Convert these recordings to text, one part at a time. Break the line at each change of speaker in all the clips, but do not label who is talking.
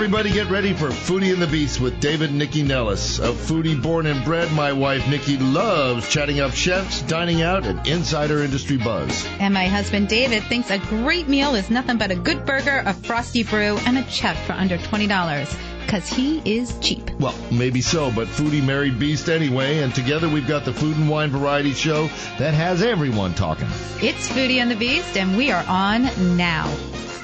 Everybody get ready for Foodie and the Beast with David and Nikki Nellis. A foodie born and bred, my wife Nikki loves chatting up chefs, dining out, and insider industry buzz.
And my husband David thinks a great meal is nothing but a good burger, a frosty brew, and a check for under $20. Because he is cheap.
Well, maybe so, but Foodie married Beast anyway, and together we've got the food and wine variety show that has everyone talking.
It's Foodie and the Beast, and we are on now.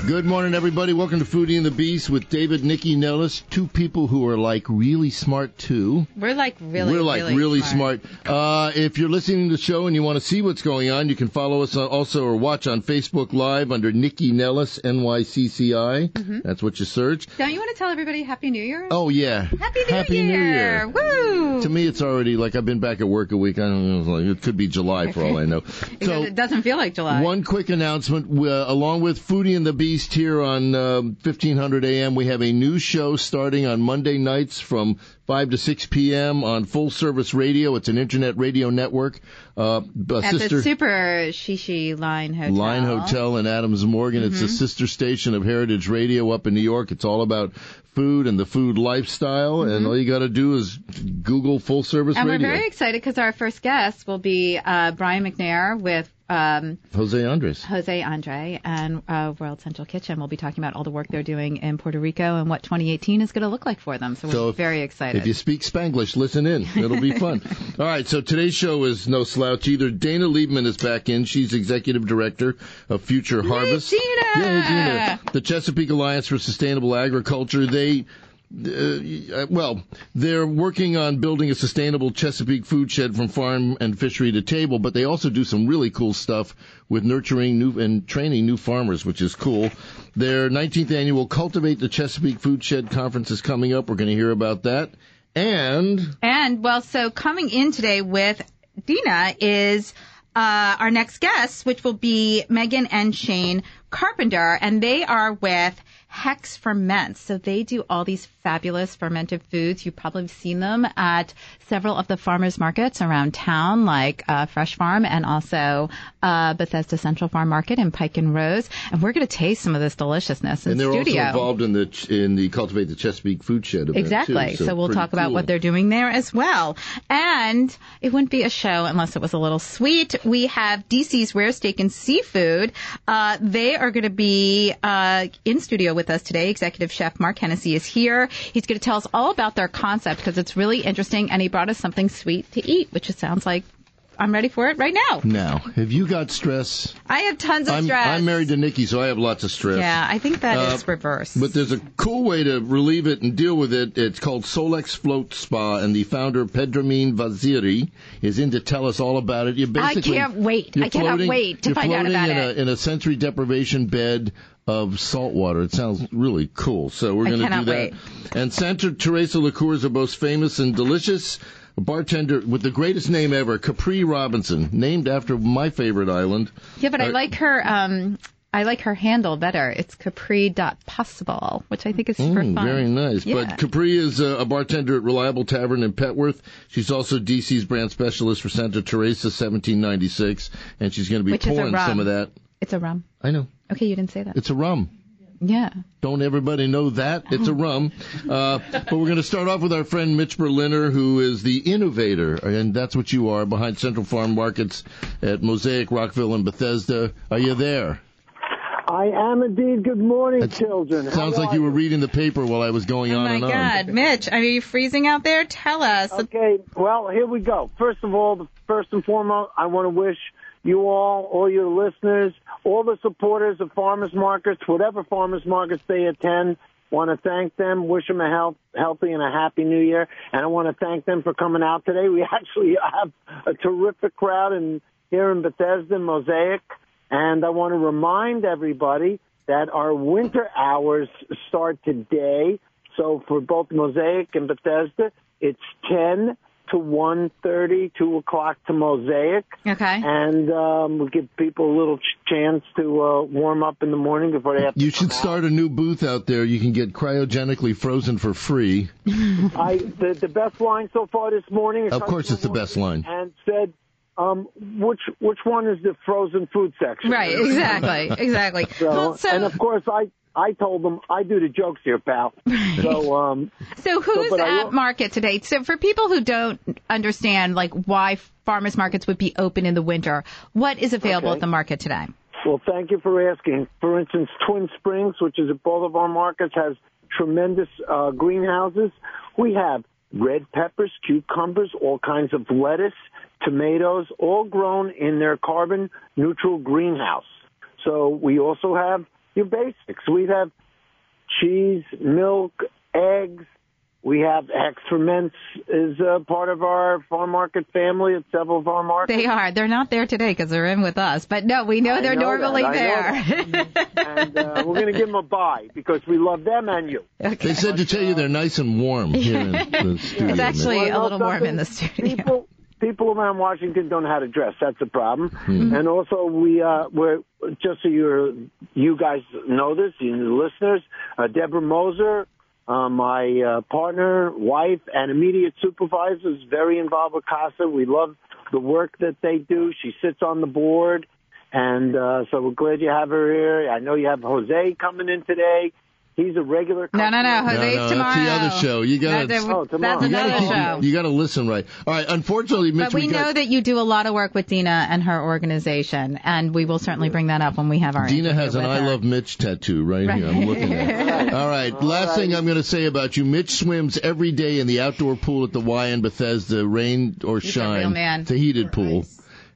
Good morning, everybody. Welcome to Foodie and the Beast with David, Nikki, Nellis, two people who are like really smart too.
We're like really,
We're like really, smart. Uh, if you're listening to the show and you want to see what's going on, you can follow us on- also or watch on Facebook Live under Nikki Nellis NYCCI. That's what you search.
Don't you want to tell everybody Happy New Year?
Oh yeah,
Happy New Year! Woo!
To me, it's already like I've been back at work a week. I don't know. like, It could be July for all I know.
Because it doesn't feel like July.
One quick announcement, uh, along with Foodie and the Beast here on uh, 1500 AM, we have a new show starting on Monday nights from 5 to 6 p.m. on Full Service Radio. It's an internet radio network. Uh, a
At
sister
the Super Shishi Line Hotel. Mm-hmm.
Line Hotel in Adams Morgan. It's a sister station of Heritage Radio up in New York. It's all about food and the food lifestyle, and all you got to do is Google Full Service
Mm-hmm. And we're
Radio.
very excited because our first guest will be uh, Brian McNair with um,
Jose Andres.
Jose Andre and uh, World Central Kitchen. We'll be talking about all the work they're doing in Puerto Rico and what 2018 is going to look like for them. So we're
So if-
very
If you
excited.
speak Spanglish, listen in. It'll be fun. All right, so today's show is no slouch either. Dana Liebman is back in. She's executive director of Future Harvest.
Dina!
Yeah, Dina. The Chesapeake Alliance for Sustainable Agriculture. They uh, well, they're working on building a sustainable Chesapeake food shed from farm and fishery to table, but they also do some really cool stuff with nurturing new and training new farmers, which is cool. Their 19th annual Cultivate the Chesapeake Food Shed conference is coming up. We're going to hear about that. And
And well, so coming in today with Dina is uh, our next guest, which will be Megan and Shane Carpenter, and they are with Hex Ferments. So they do all these fabulous fermented foods. You've probably seen them at several of the farmers markets around town, like uh, Fresh Farm and also uh, Bethesda Central Farm Market in Pike and Rose. And we're going to taste some of this deliciousness in
and they're
studio.
also involved in the in the Cultivate the Chesapeake Food Shed event
Exactly.
too,
so, we'll
pretty
talk about
cool.
what they're doing there as well. And it wouldn't be a show unless it was a little sweet. We have DC's Rare Steak and Seafood. Uh, they are going to be uh, in studio with us today. Executive Chef Mark Hennessy is here. He's going to tell us all about their concept because it's really interesting. And he brought us something sweet to eat, which it sounds like I'm ready for it right now.
Now, have you got stress?
I have tons of
I'm,
stress.
I'm married to Nikki, so I have lots of stress.
Yeah, I think that is
Uh,
reverse.
But there's a cool way to relieve it and deal with it. It's called Solex Float Spa, and the founder Pedramine Vaziri is in to tell us all about it. You basically,
can't wait.
you're
I cannot
floating-
wait to
you're
find out
floating
about
in
it.
A, in a sensory deprivation bed of salt water. It sounds really cool. So we're going to do
cannot
that.
wait.
And Santa Teresa liqueurs are both famous and delicious. A bartender with the greatest name ever, Capri Robinson, named after my favorite island.
Yeah, but I
Uh,
like her. Um, I like her handle better. It's capri.possible, which I think is super
Mm,
fun.
Very nice.
Yeah.
But Capri is a, a bartender at Reliable Tavern in Petworth. She's also DC's brand specialist for Santa Teresa 1796, and she's going to be
Which is a
pouring some
rum.
of that.
It's a rum.
I know.
Okay, you didn't say that.
It's a rum.
yeah.
Don't everybody know that? It's a rum. Uh, but we're going to start off with our friend Mitch Berliner, who is the innovator, and that's what you are behind Central Farm Markets at Mosaic, Rockville, and Bethesda. Are you there?
I am indeed. Good morning, children. How
Sounds like
are
you were reading the paper while I was going
Oh
on
my
and on.
God, Mitch, are you freezing out there? Tell us.
Okay, well, here we go. First of all, the- first and foremost, I want to wish you all, all your listeners, all the supporters of farmers markets, whatever farmers markets they attend, want to thank them, wish them a health, healthy and a happy new year. And I want to thank them for coming out today. We actually have a terrific crowd in, here in Bethesda, Mosaic. And I want to remind everybody that our winter hours start today. So for both Mosaic and Bethesda, it's 10 to 1.30, 2 o'clock to Mosaic.
Okay.
And um, we give people a little ch- chance to uh, warm up in the morning before they have to
You should start a new booth out there. You can get cryogenically frozen for free.
I the, the best line so far this morning.
Of course, it's the best line.
And said, um, which which one is the frozen food section?
Right, exactly, exactly.
So,
Well,
and of course, I I told them I do the jokes here, pal. So um,
So who's
but I
at
will-
market today? So for people who don't understand, like why farmers markets would be open in the winter, what is available
Okay.
at the market today?
Well, thank you for asking. For instance, Twin Springs, which is at both of our markets, has tremendous uh, greenhouses. We have red peppers, cucumbers, all kinds of lettuce, tomatoes, all grown in their carbon neutral greenhouse. So we also have your basics. We have cheese, milk, eggs. We have Hex Ferments is uh, part of our farm market family at several of our markets.
They are. They're not there today because they're in with us, but no, we know
I
they're
know that.
normally
I know
there.
and uh, we're going to give them a buy because we love them and you.
They said to tell you they're nice and warm here in the studio.
It's actually
Wanna
a
know
little warm
something?
in the studio.
People, people around Washington don't know how to dress. That's a problem.
Hmm.
And also, we uh, we're just so you you guys know this, you the listeners. Uh, Deborah Moser, uh, my uh, partner, wife, and immediate supervisor, is very involved with CASA. We love the work that they do. She sits on the board. And uh, so we're glad you have her here. I know you have Jose coming in today. He's a regular.
No, no, no.
customer.
No,
Jose's
no,
uh, tomorrow.
that's the other show. You gotta-
That's, a-
Oh, tomorrow.
that's
You
another
gotta keep-
show.
You got to listen right. All right. Unfortunately, Mitch,
but we know
got,
that you do a lot of work with Dina and her organization, and we will certainly bring that up when we have our.
Dina
interview
has an
with
I
her.
love Mitch tattoo right, here. I'm looking at. it. All right. Last thing I'm going to say about you, Mitch swims every day in the outdoor pool at the Y in Bethesda, rain or
a
shine.
real man.
It's a heated pool,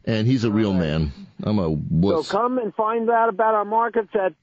and he's a real man. I'm a
So
wuss.
come and find out about our markets at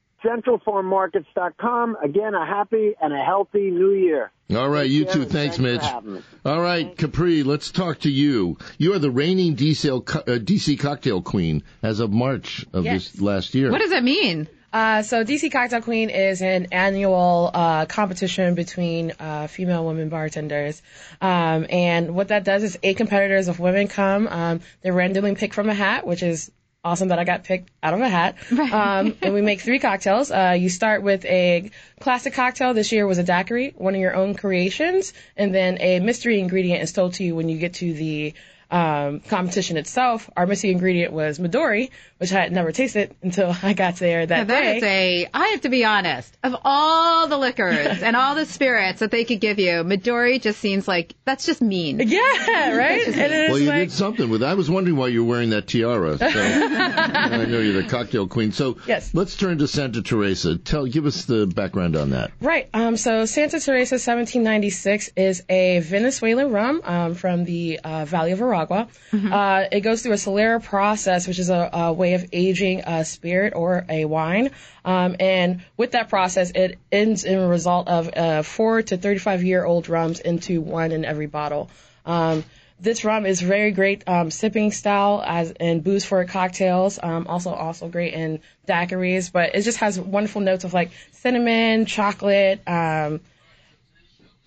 centralfarmmarkets.com. Again, a happy and a healthy new year.
All right, you
care,
too.
and thanks
Thanks,
for
Mitch.
having me.
All right, Capri, let's talk to you. You are the reigning DC, co- uh, DC cocktail queen as of March of
Yes.
this last year.
What does that mean?
Uh, so DC Cocktail Queen is an annual uh, competition between uh, female women bartenders, um, and what that does is eight competitors of women come. Um, they're randomly picked from a hat, which is awesome that I got picked out of a hat. Um, and we make three cocktails. Uh, you start with a classic cocktail. This year was a daiquiri, one of your own creations, and then a mystery ingredient is told to you when you get to the um, competition itself, our mystery ingredient was Midori, which I had never tasted until I got there that
That
day.
is a. I have to be honest. Of all the liquors and all the spirits that they could give you, Midori just seems like that's just mean.
yeah, right? And it's
well, you
like,
did something with. I was wondering why you were wearing that tiara. So I know you're the cocktail queen. So
Yes.
let's turn to Santa Teresa. Tell, give us the background on that.
Right. Um, so Santa Teresa 1796 is a Venezuelan rum um, from the uh, Valley of Aragua.
Mm-hmm.
Uh, it goes through a solera process, which is a, a way of aging a spirit or a wine. Um, and with that process, it ends in a result of uh, four to 35 year old rums into one in every bottle. Um, this rum is very great um, sipping style as in booze for cocktails. Um, also, also great in daiquiris, but it just has wonderful notes of like cinnamon, chocolate, um,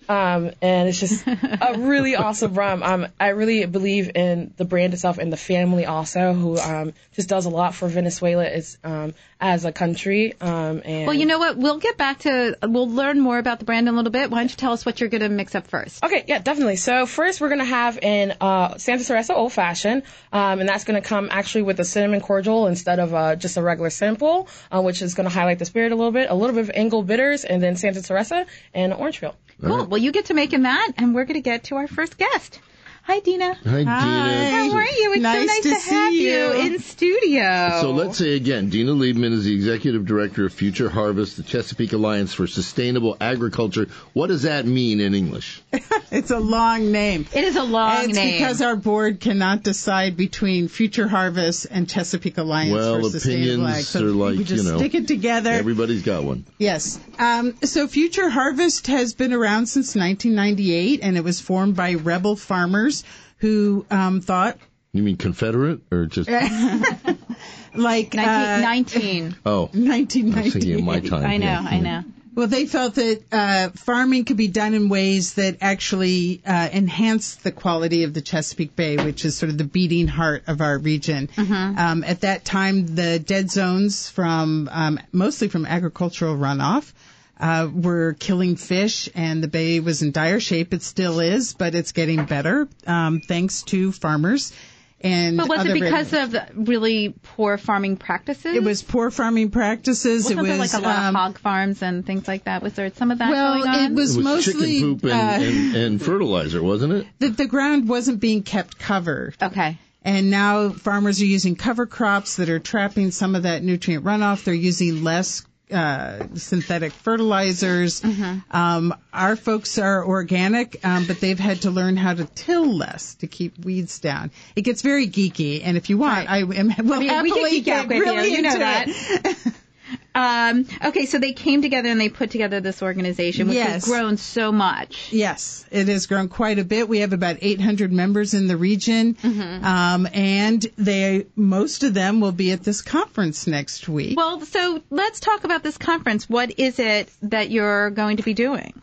um, and it's just a really awesome rum. Um, I really believe in the brand itself and the family also, who um, just does a lot for Venezuela as um, as a country. Um, and
Well, you know what? We'll get back to. We'll learn more about the brand in a little bit. Why don't you tell us what you're going to mix up first?
Okay, yeah, definitely. So first, we're gonna have an uh, Santa Teresa Old Fashioned, um, and that's gonna come actually with a cinnamon cordial instead of uh, just a regular simple, uh, which is gonna highlight the spirit a little bit, a little bit of Engel bitters, and then Santa Teresa and orange peel.
Cool. Well, you get to making that, and we're going to get to our first guest. Hi, Dina.
Hi, Dina.
How are you? It's so
Nice
nice to,
to
have
see you.
in studio.
So let's say again, Dina Liebman is the executive director of Future Harvest, the Chesapeake Alliance for Sustainable Agriculture. What does that mean in English?
It's a long name.
It is a long
it's
name.
because our board cannot decide between Future Harvest and Chesapeake Alliance
Well,
for Sustainable
opinions
Ag.
are
we
like,
just
you know,
stick it together.
Everybody's got one.
yes. Um, so Future Harvest has been around since 1998, and it was formed by rebel farmers who um, thought
You mean Confederate or just?
Uh, like uh,
1919.
Oh, I was thinking
1998.
of my time.
I know.
yeah.
I know.
Well, they felt that uh, farming could be done in ways that actually uh, enhance the quality of the Chesapeake Bay, which is sort of the beating heart of our region.
Mm-hmm. Uh-huh.
Um, at that time, the dead zones from um, mostly from agricultural runoff uh, were killing fish, and the bay was in dire shape. It still is, but it's getting better um, thanks to farmers. and
But was
other
it because
revenues.
of the really poor farming practices?
it was poor farming practices.
Wasn't
it was
there like a lot
um,
of hog farms and things like that? Was there some of that going
well,
on?
it was,
It was
mostly
chicken poop and,
uh,
and, and fertilizer, wasn't it?
that the ground wasn't being kept covered.
okay.
And now farmers are using cover crops that are trapping some of that nutrient runoff. They're using less uh, synthetic fertilizers.
Mm-hmm.
Um, our folks are organic, um, but they've had to learn how to till less to keep weeds down. It gets very geeky, and if you want, I am will
I mean, we
happily
could geek
get
out with
really
you. You know
into
that.
it.
Um, okay, so they came together and they put together this organization, which has
Yes.
grown so much.
Yes, it has grown quite a bit. We have about 800 members in the region, um, and they most of them will be at this conference next week.
Well, so let's talk about this conference. What is it that you're going to be doing?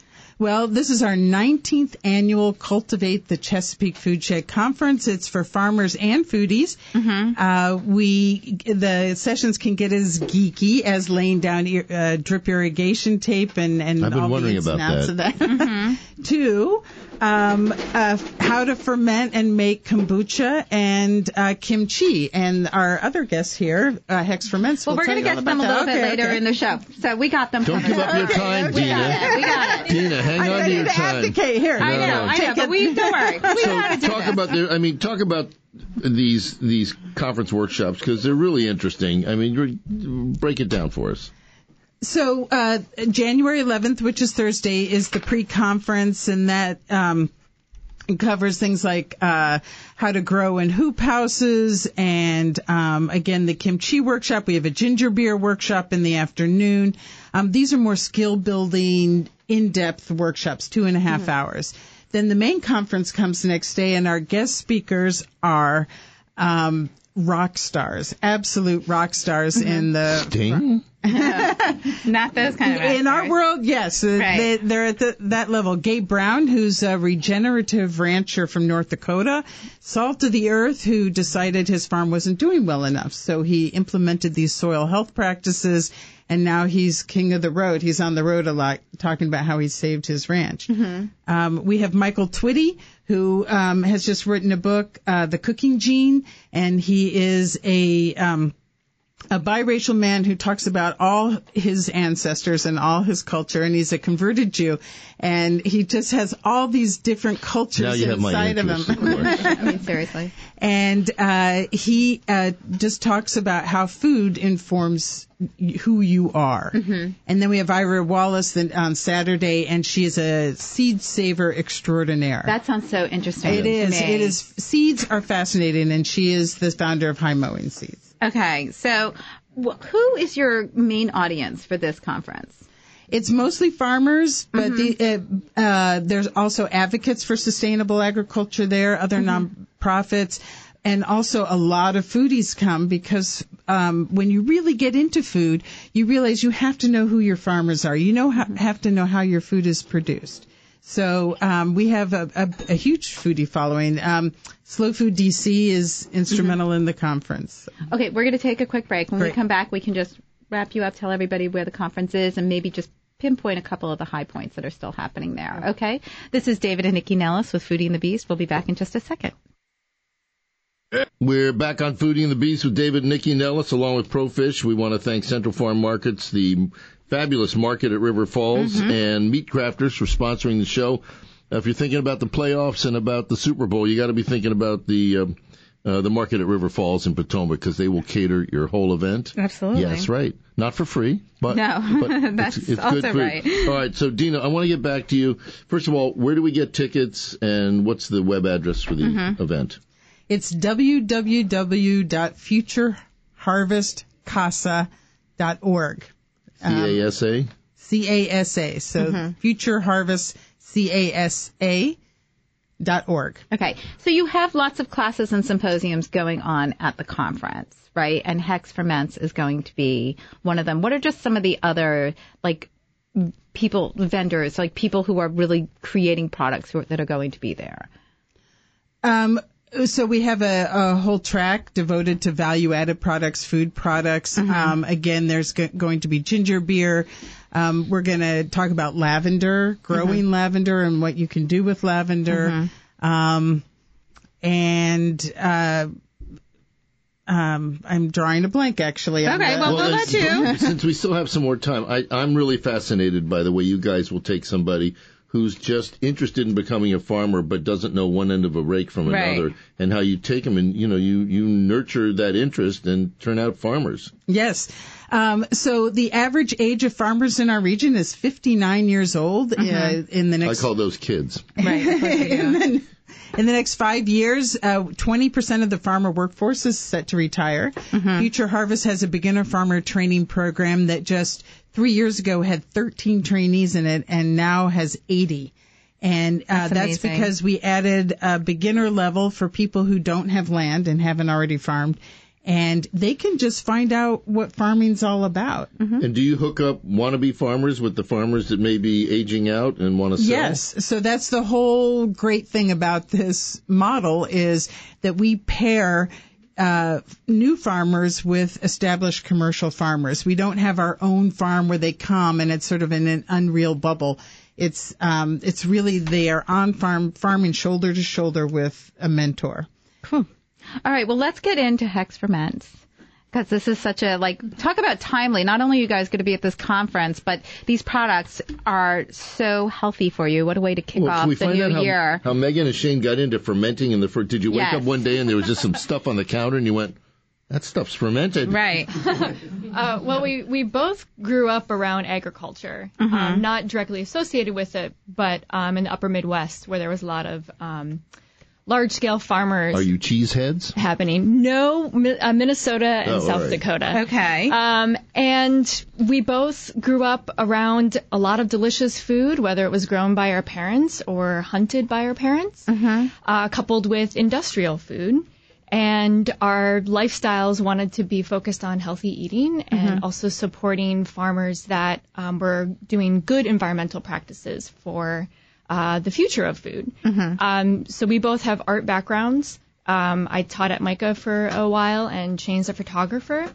Well, this is our 19th annual Cultivate the Chesapeake Food Shed Conference. It's for farmers and foodies.
Mm-hmm.
Uh, we the sessions can get as geeky as laying down ir- uh, drip irrigation tape and and
I've been
all
wondering
the ins
about
and outs
that.
of that.
Mm-hmm.
To um, uh, how to ferment and make kombucha and uh, kimchi. And our other guests here, uh, Hex Ferments.
Well,
will tell
we're going to
you all
get to them a
about
little
that.
bit
Okay,
later
okay.
in the show. So we got them.
Don't
covered.
give up your time,
okay.
Dina.
We got it.
Dina, hang
I
on to
need
your
to
time.
abdicate here.
I know, I know, but we, don't worry. We
so
gotta do
talk
this.
about their, I mean, talk about these these conference workshops because they're really interesting. I mean, re- break it down for us.
So uh, January 11th, which is Thursday, is the pre-conference, and that um, covers things like uh, how to grow in hoop houses, and um, again the kimchi workshop. We have a ginger beer workshop in the afternoon. Um, these are more skill building, in-depth workshops, two and a half hours. Then the main conference comes the next day, and our guest speakers are. Um, rock stars, absolute rock stars in the
Ding.
Not those kind of.
in our
actors.
world, yes, uh,
Right.
they, they're at the, that level. Gabe Brown, who's a regenerative rancher from North Dakota, salt of the earth, who decided his farm wasn't doing well enough, so he implemented these soil health practices, and now he's king of the road. He's on the road a lot, talking about how he saved his ranch. Um, we have Michael Twitty, who um, has just written a book, uh, The Cooking Gene, and he is a um, a biracial man who talks about all his ancestors and all his culture, and he's a converted Jew, and he just has all these different
Now
cultures
you have my
inside of
interest,
him.
of course.
I mean, seriously.
And uh, he uh, just talks about how food informs who you are. And then we have Ira Wallace then on Saturday, and she is a seed saver extraordinaire.
That sounds so interesting.
it
to
is.
me.
It is. Seeds are fascinating, and she is the founder of High Mowing Seeds.
Okay, so wh- who is your main audience for this conference?
It's mostly farmers, but the, uh, uh, there's also advocates for sustainable agriculture there, other nonprofits, and also a lot of foodies come because um, when you really get into food, you realize you have to know who your farmers are. You know how, have to know how your food is produced. So um, we have a, a, a huge foodie following. Um, Slow Food DC is instrumental in the conference.
Okay, we're going to take a quick break. When we
Great.
come back, we can just wrap you up, tell everybody where the conference is, and maybe just pinpoint a couple of the high points that are still happening there. Okay? This is David and Nikki Nellis with Foodie and the Beast. We'll be back in just a second.
We're back on Foodie and the Beast with David and Nikki Nellis, along with ProFish. We want to thank Central Farm Markets, the fabulous market at River Falls,
Mm-hmm.
and Meat Crafters for sponsoring the show. If you're thinking about the playoffs and about the Super Bowl, you got to be thinking about the um uh, the market at River Falls in Potomac because they will cater your whole event.
Absolutely.
Yes, right. Not for free, but
No,
but it's-
that's
it's,
also
good food.
right.
All right, so Dina, I want to get back to you. First of all, where do we get tickets, and what's the web address for the
Mm-hmm.
event?
It's www.futureharvestcasa.org. Um,
Um,
CASA.
C-A-S-A. So Future Harvest C-A-S-A dot org.
Okay, so you have lots of classes and symposiums going on at the conference, right? And Hex Ferments is going to be one of them. What are just some of the other, like, people, vendors, like people who are really creating products who are, that are going to be there?
Um, so we have a, a whole track devoted to value added products, food products.
Mm-hmm.
Um, again, there's go- going to be ginger beer. Um, we're going to talk about lavender, growing
Mm-hmm.
lavender and what you can do with lavender. Um, and, uh, um, I'm drawing a blank actually. on
Okay,
the-
well, we'll
there's-
let you.
Since we still have some more time, I, I'm really fascinated by the way you guys will take somebody who's just interested in becoming a farmer but doesn't know one end of a rake from
Right.
another, and how you take them and you know you you nurture that interest and turn out farmers.
Yes. Um, so the average age of farmers in our region is 59 years old.
Uh-huh. Mm-hmm.
Uh, in the
I
next
call those kids.
in, the, in the next five years, uh, 20% of the farmer workforce is set to retire.
Mm-hmm.
Future Harvest has a beginner farmer training program that just three years ago had 13 trainees in it and now has 80. And uh,
That's
that's,
amazing.
because we added a beginner level for people who don't have land and haven't already farmed. And they can just find out what farming's all about.
Mm-hmm.
And do you hook up wannabe farmers with the farmers that may be aging out and want to sell?
Yes. So that's the whole great thing about this model is that we pair uh, new farmers with established commercial farmers. We don't have our own farm where they come and it's sort of in an unreal bubble. It's um, it's really they are on farm farming shoulder to shoulder with a mentor.
All right, well, let's get into Hex for Men's. Because this is such a, like, talk about timely. Not only are you guys going to be at this conference, but these products are so healthy for you. What a way to kick
Well, can
off
Oh, we
the
find
new
out how,
year.
how Megan and Shane got into fermenting in the fir- Did you wake
Yes.
up one day and there was just some stuff on the counter and you went, that stuff's fermented.
right.
Uh, well, we, we both grew up around agriculture, um, not directly associated with it, but um, in the upper Midwest where there was a lot of um, large scale farmers
Are you cheese heads?
happening. No, Mi- uh, Minnesota and
Oh, all
South
right.
Dakota.
Okay.
Um, and we both grew up around a lot of delicious food, whether it was grown by our parents or hunted by our parents, uh, coupled with industrial food. And our lifestyles wanted to be focused on healthy eating
Mm-hmm.
and also supporting farmers that um, were doing good environmental practices for uh, the future of food. Um, so we both have art backgrounds. Um, I taught at MICA for a while, and Shane's a photographer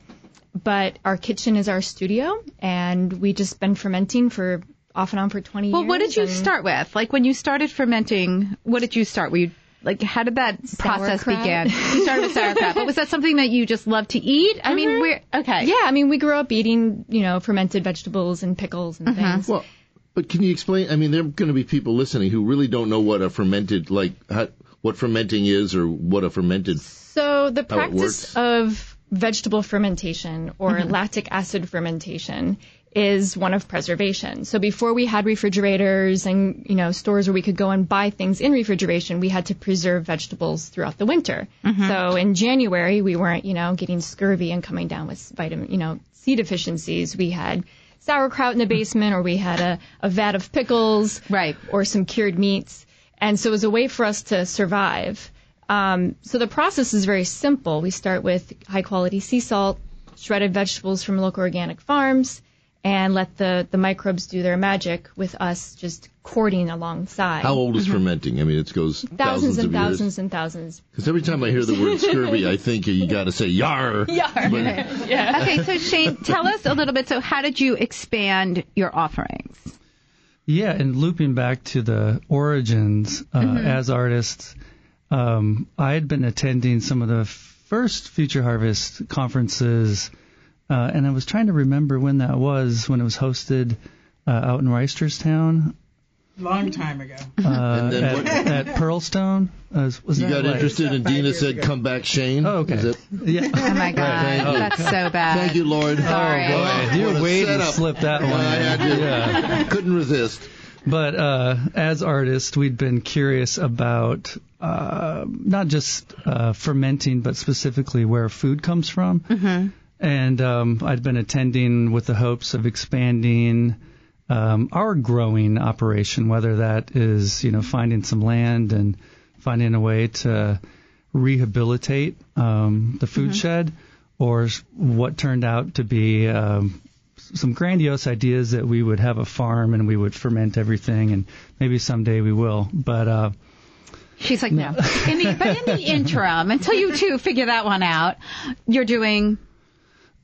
but our kitchen is our studio, and we just been fermenting for off and on for 20
well,
years.
what did you
and
start with? Like, when you started fermenting, what did you start? Were you, like, how did that process
Sauerkraut.
began? You started with sauerkraut, but was that something that you just loved to eat? I mean, we're, okay.
Yeah, I mean, we grew up eating, you know, fermented vegetables and pickles and things.
Well, but can you explain? I mean, there are going to be people listening who really don't know what a fermented, like, how, what fermenting is or what a fermented.
So the
How it works.
practice of vegetable fermentation or lactic acid fermentation is one of preservation. So before we had refrigerators and you know stores where we could go and buy things in refrigeration, we had to preserve vegetables throughout the winter. So in January we weren't you know getting scurvy and coming down with vitamin you know C deficiencies. We had sauerkraut in the basement or we had a, a vat of pickles
Right.
or some cured meats. And so it was a way for us to survive. Um, so the process is very simple. We start with high quality sea salt, shredded vegetables from local organic farms, and let the, the microbes do their magic with us just courting alongside. Mm-hmm.
How old
Mm-hmm.
is fermenting? I mean, it goes thousands,
thousands, and
of
thousands
years.
and thousands.
Because every time I hear the word scurvy, I think you got to say yar. Yar.
Okay, so Shane, tell us a little bit. So, how did you expand your offerings?
Yeah, and looping back to the origins uh,
Mm-hmm.
as artists, um, I had been attending some of the first Future Harvest conferences, uh, and I was trying to remember when that was, when it was hosted uh, out in Reisterstown uh,
Long time ago.
and then
at,
what,
at Pearlstone. Uh, was
you
that
got
like-
interested, and
Five
Dina
years
said,
ago.
"Come back, Shane."
Oh, okay.
Is it-
Yeah.
Oh my God,
Right. Oh.
that's so bad.
Thank you, Lord.
Sorry.
Oh,
Boy,
boy, what
You're
a
way to
setup.
slip that one.
I had
in.
to-
Yeah.
Couldn't resist.
But uh, as artists, we'd been curious about uh, not just uh, fermenting, but specifically where food comes from. Mm-hmm. And um, I'd been attending with the hopes of expanding um, our growing operation, whether that is you know finding some land and finding a way to rehabilitate um, the food shed, or s- what turned out to be um, some grandiose ideas that we would have a farm and we would ferment everything, and maybe someday we will. But uh,
She's like, no. In the, but in the interim, until you two figure that one out, you're doing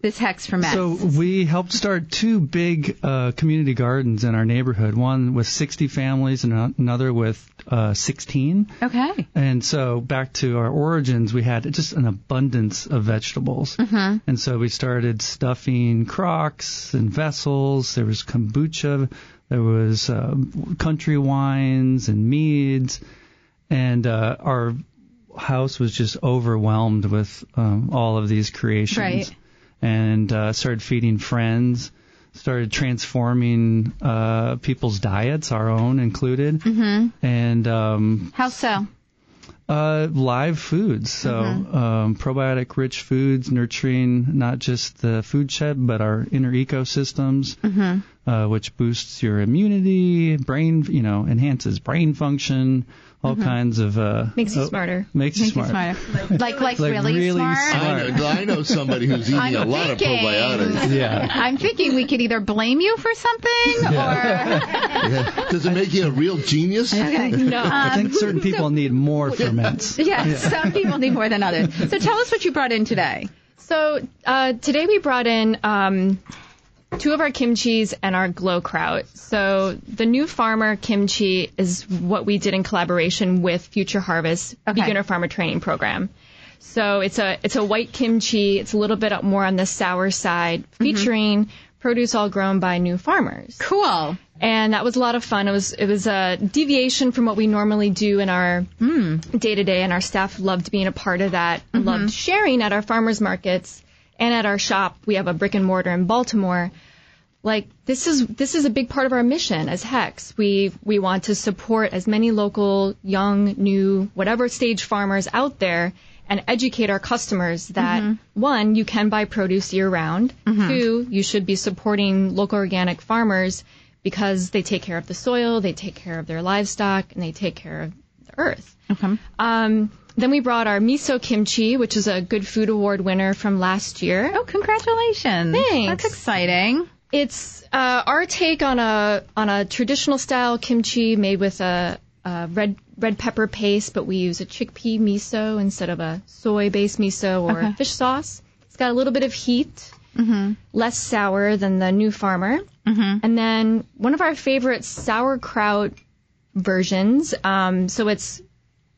this Hex for Men?
So we helped start two big uh, community gardens in our neighborhood. One with 60 families, and another with uh, 16.
okay.
And so back to our origins, we had just an abundance of vegetables. And so we started stuffing crocks and vessels. There was kombucha, there was uh, country wines and meads, and uh, our house was just overwhelmed with um, all of these creations.
Right.
And uh, started feeding friends. Started transforming uh, people's diets, our own included, and um,
How so?
uh, live foods, so um, probiotic rich foods, nurturing not just the food shed, but our inner ecosystems,
Mm-hmm. Hmm.
uh, which boosts your immunity, brain, you know, enhances brain function, all kinds of. Uh,
Makes you
oh,
smarter.
Makes you
Make you
smart.
smarter. Like, like,
Like
really,
really
smart?
smart.
I know, I know somebody who's eating
I'm
a lot of
thinking.
probiotics.
Yeah.
I'm thinking we could either blame you for something
Does it make you a real genius?
or. Okay.
I
Um,
think certain people need more ferments.
Yeah, some people need more than others. So tell us what you brought in today.
So uh, today we brought in um, two of our kimchis and our glow kraut. So the new farmer kimchi is what we did in collaboration with Future Harvest
Okay.
Beginner Farmer Training Program. So it's a it's a white kimchi. It's a little bit up more on the sour side,
Mm-hmm.
featuring produce all grown by new farmers
Cool.
and that was a lot of fun. It was it was a deviation from what we normally do in our
hmm,
day to day, and our staff loved being a part of that. Loved sharing at our farmers markets and at our shop. We have a brick and mortar in Baltimore. Like this is this is a big part of our mission as Hex. We we want to support as many local, young, new, whatever stage farmers out there. And educate our customers that one, you can buy produce year round. Two, you should be supporting local organic farmers because they take care of the soil, they take care of their livestock, and they take care of the earth. Okay. Um, then we brought our miso kimchi, which is a Good Food Award winner from last year.
Oh, congratulations.
Thanks.
That's exciting.
It's uh, our take on a on a traditional style kimchi made with a, a red red pepper paste, but we use a chickpea miso instead of a soy based miso or
Okay. Mm-hmm.
fish sauce. It's got a little bit of heat, less sour than the new farmer. And then one of our favorite sauerkraut versions. Um, so it's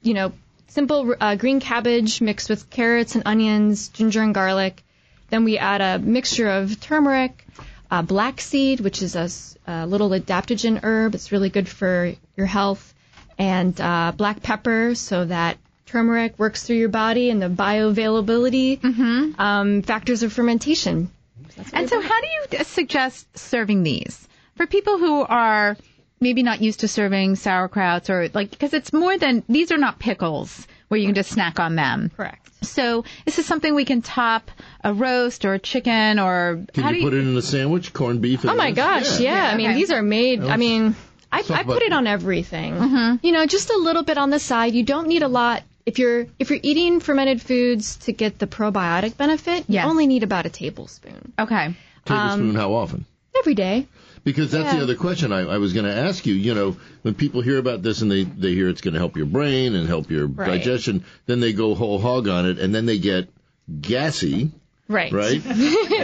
you know simple uh, green cabbage mixed with carrots and onions, ginger and garlic. Then we add a mixture of turmeric, uh, black seed, which is a, s- a little adaptogen herb. It's really good for your health, and uh, black pepper, so that turmeric works through your body and the bioavailability um, factors of fermentation.
Mm-hmm. And so, how do you suggest serving these for people who are maybe not used to serving sauerkrauts or like because it's more than these are not pickles where you can just snack on them.
Correct.
So, this is something we can top a roast or a chicken or
Can
how
you
do
put it in a sandwich? Corned beef?
Oh my gosh, yeah. I mean,
okay.
these are made. I mean, I,
talk
I
about-
put it on everything.
Mm-hmm.
You know, just a little bit on the side. You don't need a lot. If you're if you're eating fermented foods to get the probiotic benefit,
Yes.
you only need about a tablespoon Um,
Okay.
Tablespoon, how often?
every day.
Because that's the
Yeah.
other question I, I was going to ask you. You know, when people hear about this and they, they hear it's going to help your brain and help your
Right.
digestion, then they go whole hog on it and then they get gassy,
Right.
right?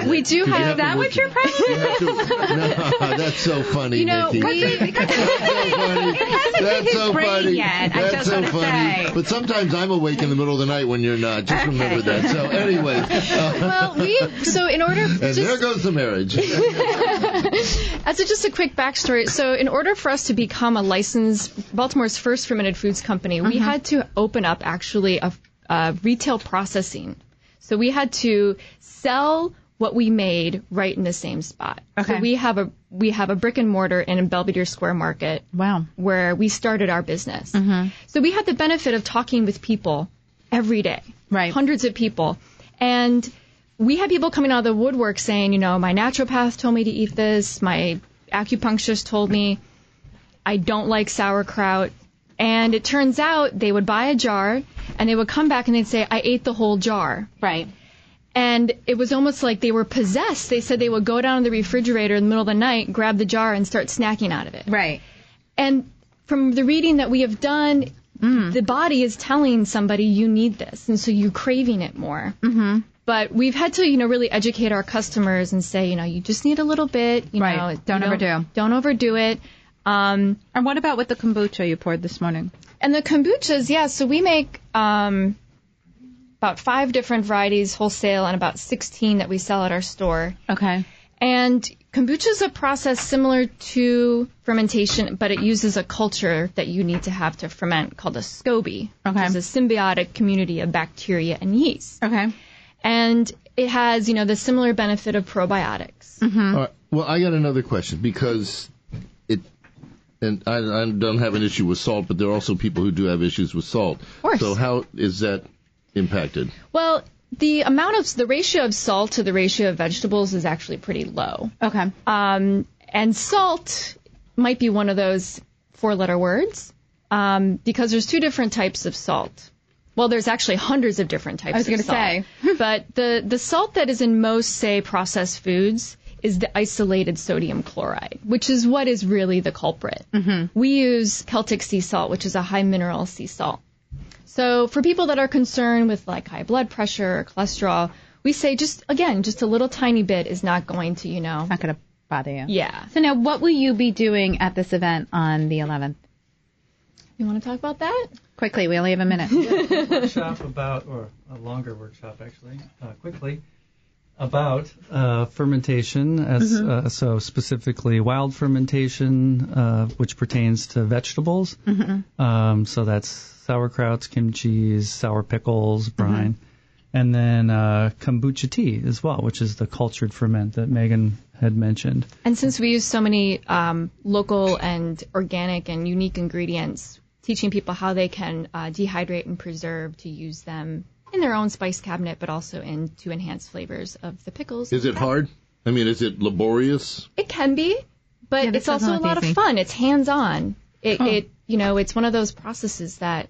We do
You have
have
to
that.
work
What's your
it.
problem?
You have to- no, that's so funny,
You know,
Nikki.
we,
That's so funny. That's
his
so
brain
funny.
yet, I
That's
just
so
wanna
funny.
say.
But sometimes I'm awake in the middle of the night when you're not. Just remember that. So anyway, uh,
well, we so in order
and
just
there goes the marriage.
As a, Uh, just a quick backstory, so in order for us to become a licensed Baltimore's first fermented foods company, we had to open up actually a, a retail processing. So we had to sell what we made right in the same spot.
Okay.
So we have a we have a brick and mortar in Belvedere Square Market
Wow. Mm-hmm.
where we started our business. So we had the benefit of talking with people every day,
Right.
Hundreds of people, and we had people coming out of the woodwork saying, you know, my naturopath told me to eat this, my acupuncturist told me, I don't like sauerkraut. And it turns out they would buy a jar and they would come back and they'd say, I ate the whole jar.
Right.
And it was almost like they were possessed. They said they would go down to the refrigerator in the middle of the night, grab the jar, and start snacking out of it.
Right.
And from the reading that we have done,
Mm.
the body is telling somebody you need this, and so you're craving it more. Mm-hmm. But we've had to, you know, really educate our customers and say, you know, you just need a little bit. You
Right.
know,
Don't
you
overdo.
Don't overdo it. Um,
And what about with the kombucha you poured this morning?
and the kombuchas, yeah. So we make um, about five different varieties wholesale and about 16 that we sell at our store.
Okay.
And kombucha is a process similar to fermentation, but it uses a culture that you need to have to ferment called a SCOBY,
Okay.
which is a symbiotic community of bacteria and yeast.
Okay.
And it has, you know, the similar benefit of probiotics.
Mm-hmm.
All right. Well, I got another question because it, and I, I don't have an issue with salt, but there are also people who do have issues with salt.
course.
So how is that impacted?
Well, the amount of the ratio of salt to the ratio of vegetables is actually pretty low.
Okay.
Um, and salt might be one of those four letter words um, because there's two different types of salt. Well, there's actually hundreds of different types
was
of
gonna
salt.
say.
but the, the salt that is in most, say, processed foods is the isolated sodium chloride, which is what is really the culprit.
Mm-hmm.
We use Celtic sea salt, which is a high mineral sea salt. So for people that are concerned with like high blood pressure or cholesterol, we say just again, just a little tiny bit is not going to, you know,
Not going to bother you.
yeah.
So now, what will you be doing at this event on the 11th?
You want to talk about that?
Quickly, we only have a minute.
workshop about, or a longer workshop actually, uh, quickly, about uh, fermentation, as uh, so specifically wild fermentation, uh, which pertains to vegetables. Um, so that's sauerkrauts, kimchi, sour pickles, brine, and then uh, kombucha tea as well, which is the cultured ferment that Megan had mentioned.
And since we use so many um, local and organic and unique ingredients, teaching people how they can uh, dehydrate and preserve to use them in their own spice cabinet, but also in to enhance flavors of the pickles.
Is it hard? I mean, is it laborious?
It can be, but
Yeah, this
it's also
doesn't
a
look
lot
easy.
of fun. It's hands on. It, it you know it's one of those processes that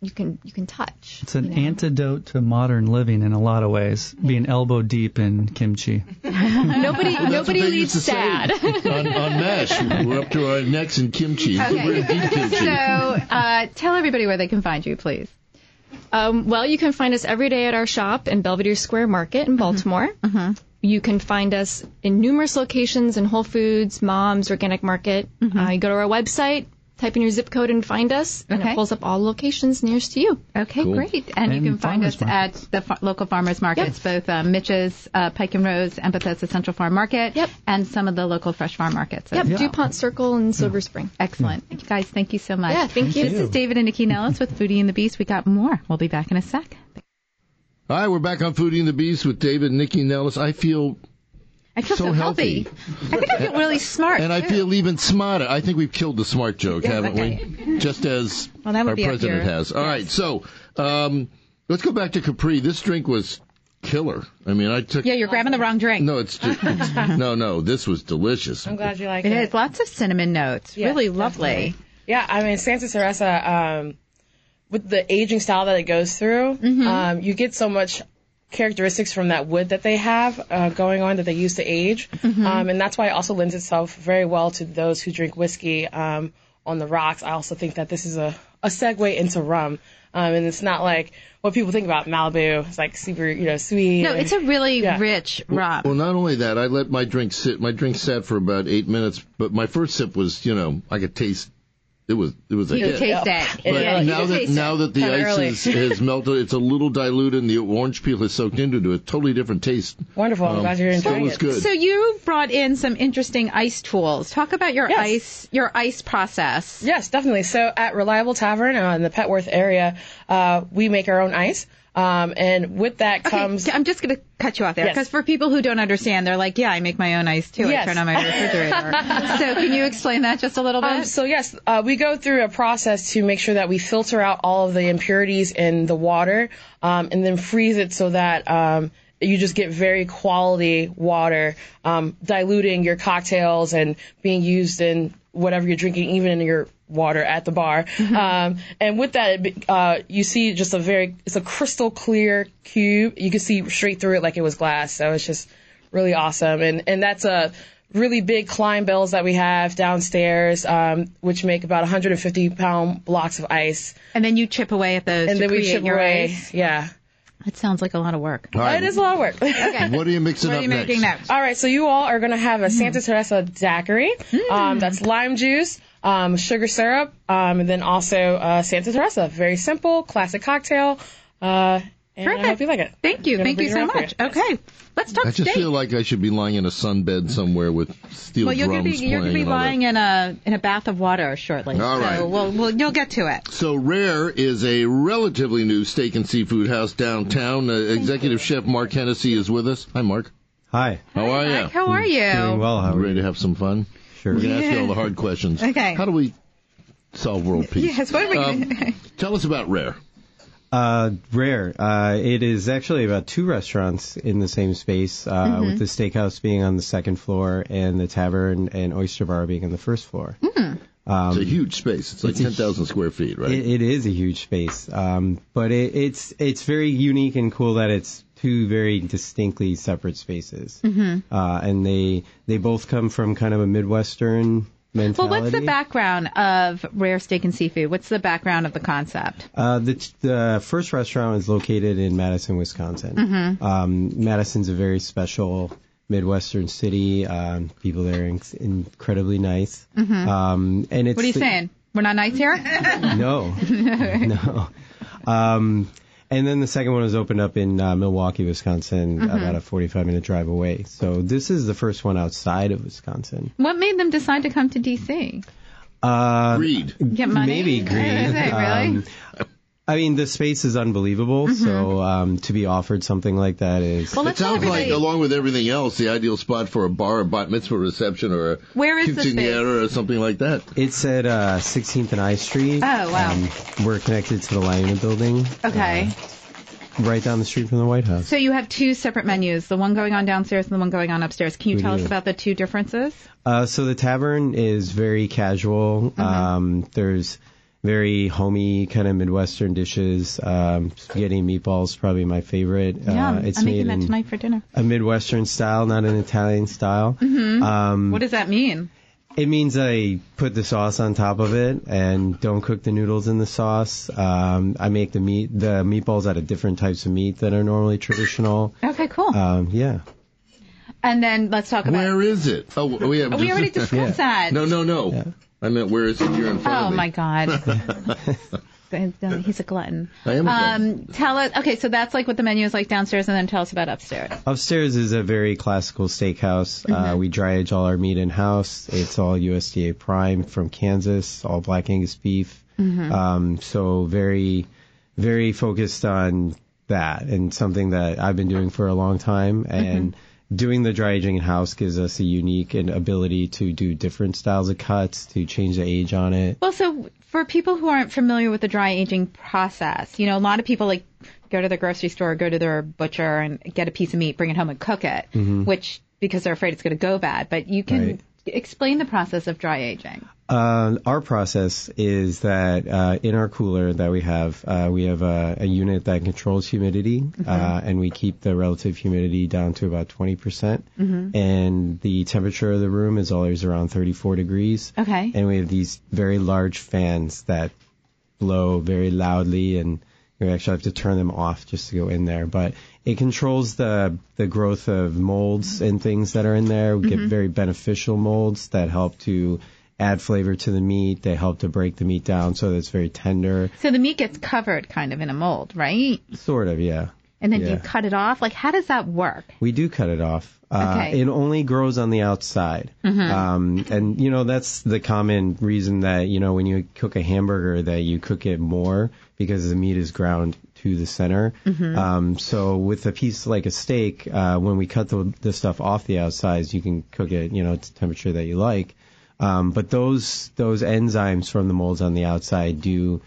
you can you can touch.
It's an antidote to modern living in a lot of ways, being elbow deep in kimchi.
Nobody nobody
They
leaves
used to say
sad.
on, on MASH. We're up to our necks in kimchi. We're in deep kimchi.
so, uh, tell everybody where they can find you, please.
Um, well, you can find us every day at our shop in Belvedere Square Market
Mm-hmm.
in Baltimore. You can find us in numerous locations in Whole Foods, Mom's, Organic Market.
Mm-hmm.
Uh, you go to our website, type in your zip code, and find us, and
Okay.
it pulls up all locations nearest to you.
Okay,
Cool.
great. And, you
And
can find
farmers
us
markets.
at the fa- local farmers markets, both uh, Mitch's, uh, Pike and Rose, and Bethesda Central Farm Market,
Yep.
and some of the local fresh farm markets.
Yep,
Yeah.
DuPont Circle and Silver Spring.
Excellent. Thank you guys. Thank you so much.
Mm-hmm. Yeah, thank Thank you. you.
This is David and Nikki Nellis with Foodie and the Beast. We got more. We'll be back in a sec.
All right, we're back on Foodie and the Beast with David, and Nikki, Nellis. I feel,
I feel
So
so, healthy. I think I feel really smart.
and I
too.
feel even smarter. I think we've killed the smart joke, haven't we? Just as
Well, that would
our
be up
president
here.
has. All right, so um, let's go back to Capri. This drink was killer. I mean, I took.
Yeah, you're grabbing the wrong drink.
no, it's, just, it's no, no. This was delicious.
I'm glad you like
It
it.
is lots of cinnamon notes.
Yeah,
really lovely.
Yeah, I mean Santa Teresa, um, with the aging style that it goes through,
Mm-hmm.
um, you get so much characteristics from that wood that they have uh, going on that they use to age,
Mm-hmm.
um, and that's why it also lends itself very well to those who drink whiskey um, on the rocks. I also think that this is a a segue into rum, um, and it's not like what people think about Malibu. It's like super, you know, sweet.
No,
and-
it's a really
Yeah.
rich rum.
Well, not only that, I let my drink sit. My drink sat for about eight minutes, but my first sip was, you know, I could taste. It was, it was a
you
hit.
can taste that.
But
Yeah, you
now
can
that
taste
now
it
that the
kinda
ice
early.
is, has melted, it's a little diluted, and the orange peel has soaked into it. A totally different taste.
wonderful. I'm glad you're
Still
enjoying
was
it.
good.
So you brought in some interesting ice tools. Talk about your
Yes.
ice your ice process.
Yes, definitely. So at Reliable Tavern uh, in the Petworth area, uh, we make our own ice. Um, and with that comes.
Okay, I'm just going to cut you off there
Yes.
because for people who don't understand, they're like, "Yeah, I make my own ice too. I
Yes.
turn on my refrigerator." so can you explain that just a little bit?
Um, so yes, uh, we go through a process to make sure that we filter out all of the impurities in the water, um, and then freeze it so that um, you just get very quality water, um, diluting your cocktails and being used in whatever you're drinking, even in your water at the bar.
Mm-hmm.
Um, and with that, it, be- uh, you see just a very it's a crystal clear cube. You can see straight through it like it was glass. So it's just really awesome, and and that's a really big climb bells that we have downstairs, um, which make about 150 pound blocks of ice.
and then you chip away at those
And
to
then we
create
chip
your
away.
ice.
Yeah.
That sounds like a lot of work.
All right.
It is a lot of work.
What are you mixing
What
up
are you Hmm.
next?
making next?
All right, so you all are going to have a Santa Teresa daiquiri.
Hmm.
Um, that's lime juice, um, sugar syrup, um, and then also uh, Santa Teresa. Very simple, classic cocktail. Uh, and I hope you like it.
Thank you.
Gonna
Thank
bring
you
it
so
around for
much.
you.
Okay. Let's talk
I just
steak.
feel like I should be lying in a sunbed somewhere with steel
well, you're
drums
gonna be you're gonna
playing
be
and all that.
lying in a in a bath of water shortly.
All
so
right.
we'll, we'll you'll get to it.
So Rare is a relatively new steak and seafood house downtown. Uh, executive chef Mark Hennessy is with us. Hi, Mark.
Hi. Mm,
How are you?
Mike, how are you?
Doing well, how are
Ready
you?
to have some fun?
Sure.
We're gonna ask you all the hard questions.
Okay.
How do we solve world peace?
Yes, what are we
Um,
gonna-
Tell us about Rare.
Uh, rare. Uh, it is actually about two restaurants in the same space, uh,
Mm-hmm.
with the steakhouse being on the second floor and the tavern and oyster bar being on the first floor.
Mm.
Um,
It's a huge space. It's like
it's a
ten thousand square feet, right?
It, it is a huge space, um, but it, it's it's very unique and cool that it's two very distinctly separate spaces, mm-hmm. uh, and they they both come from kind of a midwestern
well,
mentality.
what's the background of rare steak and seafood? What's the background of the concept?
Uh, the, the first restaurant is located in Madison, Wisconsin.
Mm-hmm.
Uh,
Um, Madison's a very special Midwestern city. Um, people there are inc- incredibly nice.
uh,
Um, and it's
Mm-hmm. What are you
the-
saying? We're not nice here.
No, no. Um, and then the second one was opened up in uh, Milwaukee, Wisconsin,
Mm-hmm.
about a 45 minute drive away. So this is the first one outside of Wisconsin.
what made them decide to come to DC?
Uh,
Greed.
Get money?
Maybe
Is
green.
it really?
Um, I mean, the space is unbelievable. So um, to be offered something like that is
Mm-hmm. well,
It
let's tell
sounds like,
everybody-
along with everything else, the ideal spot for a bar, a bat mitzvah reception, or a
Where is the
quinceanera or something like that.
it's at uh, 16th and I Street. Um,
Oh, wow.
we're connected to the Lyona Building, Uh,
okay.
right down the street from the White House.
So you have two separate menus, the one going on downstairs and the one going on upstairs. Can you
We
tell us
do.
about the two differences?
Uh, so the tavern is very casual.
Mm-hmm.
Um, there's very homey kind of Midwestern dishes. Um, spaghetti and meatballs probably my favorite.
yeah,
uh, it's
I'm
made
making that
in
tonight for dinner.
a Midwestern style, not an Italian style. Um,
Mm-hmm. What does that mean?
It means I put the sauce on top of it and don't cook the noodles in the sauce. Um, I make the meat, the meatballs out of different types of meat that are normally traditional.
Okay, cool.
Um, yeah.
and then let's talk about.
Where is it? Oh, we, have
we already discussed that.
No, no, no.
Yeah.
I meant where is it? You're in front
Oh
of me.
my God. He's a glutton.
I am a
Um, tell us. Okay, so that's like what the menu is like downstairs, and then tell us about upstairs.
Upstairs is a very classical steakhouse.
Mm-hmm.
Uh, we dry age all our meat in house. It's all USDA prime from Kansas, all black Angus beef.
Mm-hmm.
Um, so very, very focused on that and something that I've been doing for a long time. And doing the dry aging in house gives us a unique and ability to do different styles of cuts, to change the age on it.
Well, so for people who aren't familiar with the dry aging process, you know, a lot of people like go to the grocery store, go to their butcher, and get a piece of meat, bring it home, and cook it, which because they're afraid it's going to go bad. But you can
Mm-hmm. Right.
explain the process of dry aging.
Uh, our process is that uh, in our cooler that we have, uh, we have a, a unit that controls humidity, uh, and we keep the relative humidity down to about 20%. percent And the temperature of the room is always around 34 degrees.
Okay.
And we have these very large fans that blow very loudly, and you actually have to turn them off just to go in there. But it controls the the growth of molds and things that are in there. We
Mm-hmm.
get very beneficial molds that help to add flavor to the meat. They help to break the meat down so that it's very tender.
So the meat gets covered kind of in a mold, right?
Sort of, yeah.
And then you
Yeah.
cut it off. Like, how does that work?
We do cut it off. Uh,
Okay.
It only grows on the outside.
Hmm.
Um, and, you know, that's the common reason that, you know, when you cook a hamburger that you cook it more because the meat is ground to the center.
Mm-hmm.
Um, so with a piece like a steak, uh, when we cut the, the stuff off the outsides, you can cook it, you know, to the temperature that you like. Um, but those, those enzymes from the molds on the outside do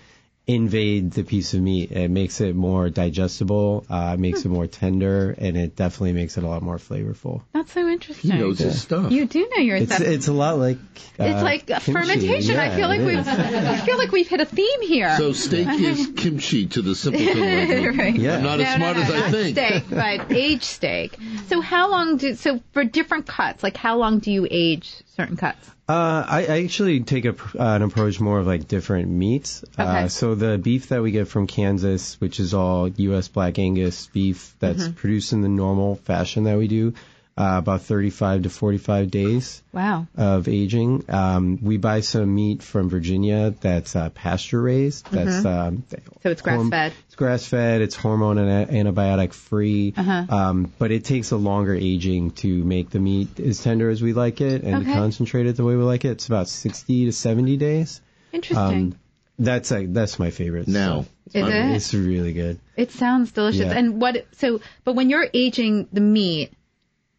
invade the piece of meat. It makes it more digestible, uh, it
Hmm.
makes it more tender, and it definitely makes it a lot more flavorful.
That's so interesting.
He knows his stuff.
You do know your
It's
stuff.
it's a lot like uh,
It's like
kimchi.
fermentation. I
Yeah,
feel like
it
we've
is.
I feel like we've hit a theme here.
So steak is kimchi to the simpleton like me.
Right.
Yeah.
I'm not as
No,
smart
no, no,
as I
not
think.
Steak, but aged steak. So how long do so for different cuts? Like how long do you age certain cuts?
Uh, I, I actually take a, pr- uh, an approach more of like different meats.
Okay.
Uh, so the beef that we get from Kansas, which is all U.S. Black Angus beef that's produced in the normal fashion that we do, uh, about 35 to 45 days
Wow.
of aging. Um, we buy some meat from Virginia that's uh, pasture raised. That's um,
So it's grass-fed.
It's grass fed. It's hormone and a- antibiotic free.
Uh-huh.
Um, but it takes a longer aging to make the meat as tender as we like it and
Okay.
to concentrate it the way we like it. It's about 60 to 70 days.
um,
Um,
Interesting.
That's like that's my favorite.
Now.
Is
So,
it?
It's really good.
It sounds delicious.
Yeah.
And what? So, but when you're aging the meat,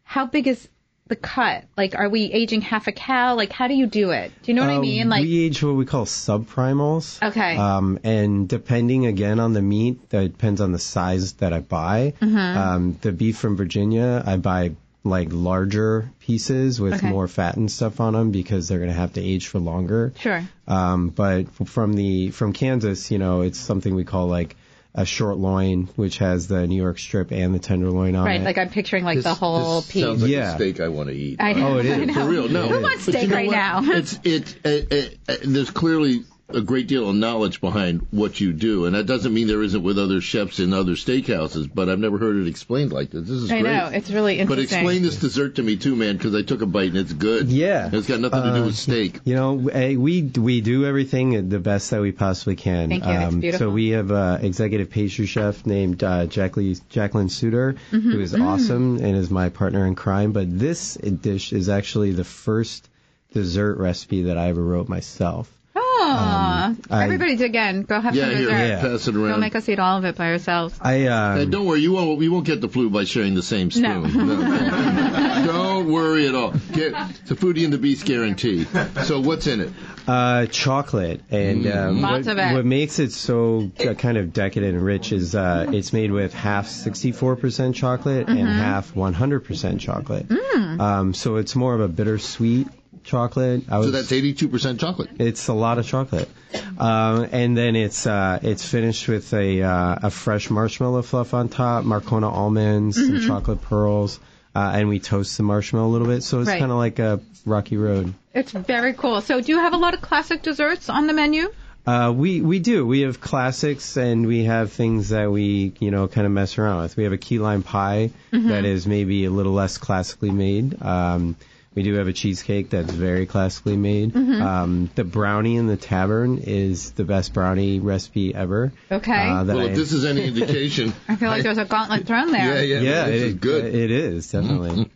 how big is the cut? Like, are we aging half a cow? Like, how do you do it? Do you know what
Um,
I
Uh,
mean? Like,
we age what we call subprimals.
Okay.
uh,
Um, and depending again on the meat, that depends on the size that I buy.
Mm-hmm.
Uh,
Um, the beef from Virginia, I buy like larger pieces with
Okay.
more fat and stuff on them because they're going to have to age for longer.
sure.
Um, but from the from Kansas, you know, it's something we call like a short loin, which has the New York strip and the tenderloin on
Right.
it.
Like, I'm picturing like the
um, This-
whole
this
piece.
Sounds like
Yeah.
a steak I want to eat.
I know.
Oh, it is.
I know.
For
real, no.
Who wants
But you
steak
know
right
what?
now?
It's it, it, it, it. There's clearly a great deal of knowledge behind what you do, and that doesn't mean there isn't with other chefs in other steakhouses. But I've never heard it explained like this. This is
I
great.
know. It's really
but
interesting.
explain this dessert to me too, man, because I took a bite and it's good.
Yeah.
And it's got nothing to do
Uh,
with steak.
You know, w- eh, we we do everything the best that we possibly can. Um,
Thank you. That's beautiful.
So we have a executive pastry chef named uh, Jacqueline, Jacqueline Suter,
Mm-hmm.
who is awesome and is my partner in crime. But this dish is actually the first dessert recipe that I ever wrote myself.
Oh,
Um, I-
everybody's again. Go have
Yeah,
some
here,
dessert.
Yeah.
pass it
Don't
around.
make us eat all of it by ourselves.
I um,
Hey, don't worry, you won't you won't get the flu by sharing the same spoon.
No.
no. don't worry at all. Get it's a foodie and the beast guarantee. So what's in it?
Uh, chocolate, and
Mm.
um,
Lots
what,
of it.
what makes it so uh, kind of decadent and rich is uh, it's made with half 64% chocolate and
Mm-hmm.
half 100% chocolate.
Mm.
Um, so it's more of a bittersweet chocolate. I was,
So that's eighty two percent chocolate.
it's a lot of chocolate, um, and then it's uh, it's finished with a uh, a fresh marshmallow fluff on top, Marcona almonds,
Mm-hmm.
some chocolate pearls. Uh, and we toast the marshmallow a little bit, so it's
Right.
kind of like a rocky road.
It's very cool. So, do you have a lot of classic desserts on the menu?
Uh, we we do. We have classics and we have things that we you know kind of mess around with. We have a key lime pie
Mm-hmm.
that is maybe a little less classically made. Um, we do have a cheesecake that's very classically made.
Mm-hmm.
Um, the brownie in the tavern is the best brownie recipe ever.
Okay.
Uh, that
Well,
I-
if this is any indication,
I feel like there's a gauntlet thrown
yeah,
there.
yeah,
yeah,
this
it
is good. Mm-hmm,
It is definitely.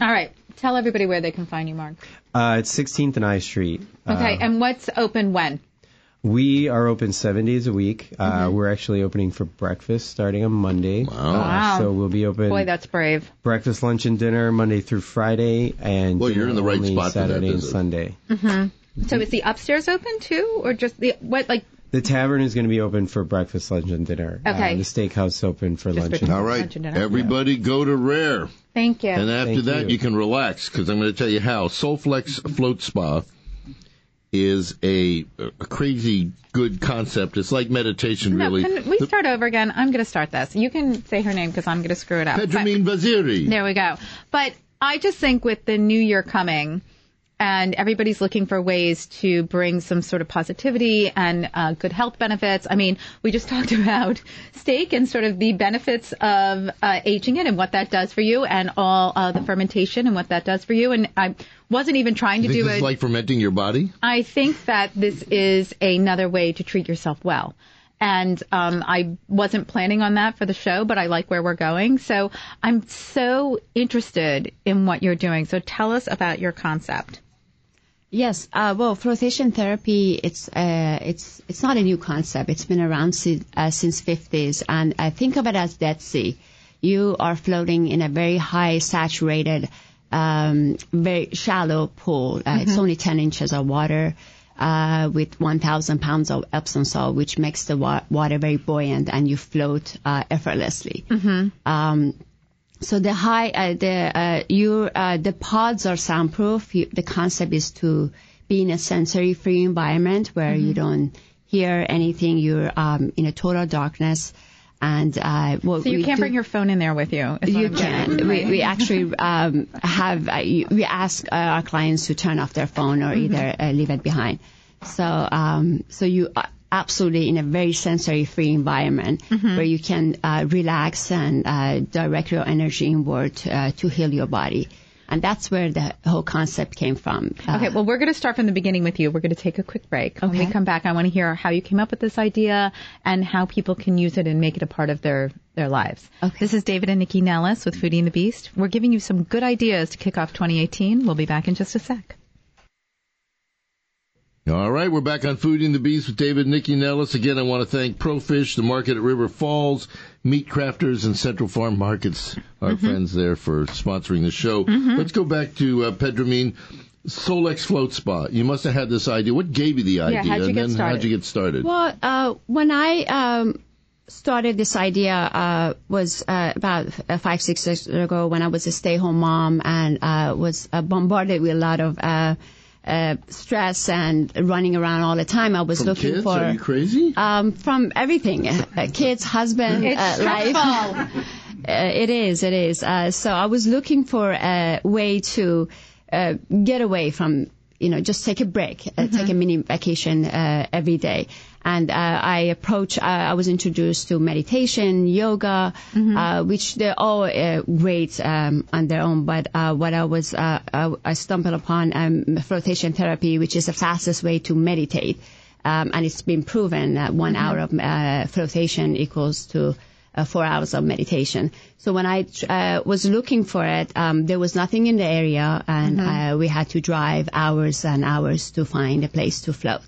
All right. Tell everybody where they can find you, Mark.
uh, it's 16th and I Street.
Okay.
Uh,
and what's open when?
we are open seven days a week. Uh,
Mm-hmm.
We're actually opening for breakfast starting on Monday. Wow.
Wow.
So we'll be open.
Boy, that's brave.
breakfast, lunch, and dinner Monday through Friday, and
Well, you're
dinner
in the right
only
spot for that
Saturday and
visit.
Sunday. Mm-hmm.
So, is the upstairs open too, or just the what? Like,
The tavern is going to be open for breakfast, lunch, and dinner.
Okay.
Uh, the steakhouse is open for
Just
lunch.
for-
and
All right,
Lunch and dinner.
everybody go to Rare.
thank you.
And after
Thank
that, you.
you.
can relax because I'm going to tell you how. Soulflex Float Spa is a, a crazy good concept. It's like meditation,
no,
really.
can we
The-
start over again? I'm going to start this. You can say her name because I'm going to screw it up. But-
Pedramine Vaziri.
There we go. But I just think with the new year coming, and everybody's looking for ways to bring some sort of positivity and uh, good health benefits. I mean, we just talked about steak and sort of the benefits of uh, aging it and what that does for you, and all uh, the fermentation and what that does for you. And I wasn't even trying to
Think
do
This
it.
is like fermenting your body.
I think that this is another way to treat yourself well. And um, I wasn't planning on that for the show, but I like where we're going. So I'm so interested in what you're doing. So tell us about your concept.
Yes, uh, well, flotation therapy it's uh, it's it's not a new concept. It's been around si- uh, since 50s, and I think of it as Dead Sea. You are floating in a very high saturated, um, very shallow pool. Uh, It's only 10 inches of water. Uh, with 1,000 pounds of Epsom salt, which makes the wa- water very buoyant, and you float uh, effortlessly.
Mm-hmm.
Um, so the high, uh, the uh, your uh, the pods are soundproof. You, the concept is to be in a sensory-free
Mm-hmm.
environment where you don't hear anything. You're um, in a total darkness, And uh, what
So you
we
can't
do-
bring your phone in there with you. is what
you
I'm getting
can.
at,
We,
right?
we actually um, have uh, you- we ask uh, our clients to turn off their phone or
Mm-hmm.
either uh, leave it behind. So um, so you are absolutely in a very sensory free environment where you can uh, relax and uh, direct your energy inward uh, to heal your body, and that's where the whole concept came from. Uh,
Okay, well, we're going to start from the beginning with you. We're going to take a quick break. When we
Okay.
come back, I want to hear how you came up with this idea and how people can use it and make it a part of their, their lives.
Okay.
This is David and Nikki Nellis with Foodie and the Beast. We're giving you some good ideas to kick off 2018. We'll be back in just a sec.
All right, we're back on Fooding the Beast with David and Nikki Nellis. Again, I want to thank Profish, the market at River Falls, Meat Crafters, and Central Farm Markets, our
Mm-hmm.
friends there, for sponsoring the show. Let's go back to uh, Pedramine. Solex Float Spa. You must have had this idea. What gave you the idea?
how'd you
and
get
then how'd
started?
you get started?
Well, uh, when I um, started this idea uh, was uh, about f- five, six years ago when I was a stay-home mom and uh, was uh, bombarded with a lot of uh, uh, stress and running around all the time. I was
From
looking
kids?
for
Are you crazy?
um, from everything, uh, kids, husband, uh, life. uh, it is, it is. Uh, so I was looking for a way to uh, get away from, you know, just take a break, uh, take a mini vacation uh, every day. And uh, I approach. Uh, I was introduced to meditation, yoga, uh, which they're all uh, great um, on their own. But uh, what I was, uh, I, I stumbled upon um, flotation therapy, which is the fastest way to meditate um, and it's been proven that one hour of uh, flotation equals to uh, four hours of meditation. So when I uh, was looking for it, um, there was nothing in the area, and
Mm-hmm.
uh, we had to drive hours and hours to find a place to float.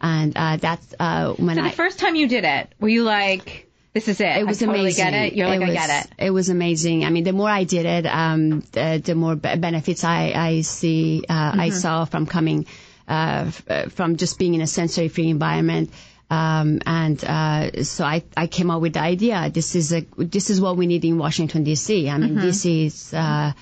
And uh, that's uh, when
So
I
the first time you did it, were you like, this is it?
it was
I totally
amazing.
get it. You're like,
was,
I get it.
was amazing. I mean, the more I did it, um, the, the more be- benefits I I see uh, I
Mm-hmm.
saw from coming uh, f- uh, from just being in a sensory free environment. Um, and uh, so I, I came up with the idea. This is a this is what we need in Washington D.C. I
Mm-hmm.
mean, D.C. is uh,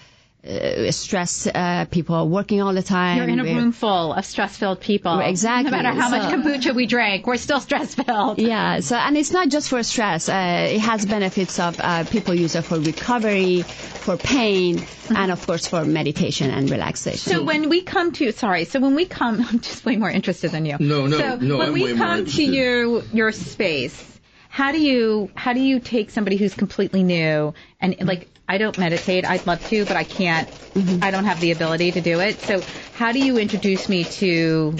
uh, stress. Uh, people are working all the time.
You're in a
We're-
room full of stress-filled people.
Exactly.
No matter how much
So-
kombucha we drank, we're still stress-filled.
Yeah. So, and it's not just for stress. Uh, it has benefits of uh, people use it for recovery, for pain, and of course for meditation and relaxation.
Mm-hmm. So when we come to sorry, so when we come, I'm just way more interested than you.
No, no,
so
no,
When
I'm
we
way more
come
interested.
to you, your space, how do you how do you take somebody who's completely new and
Mm-hmm.
like I don't meditate. I'd love to, but I can't. I don't have the ability to do it. So how do you introduce me to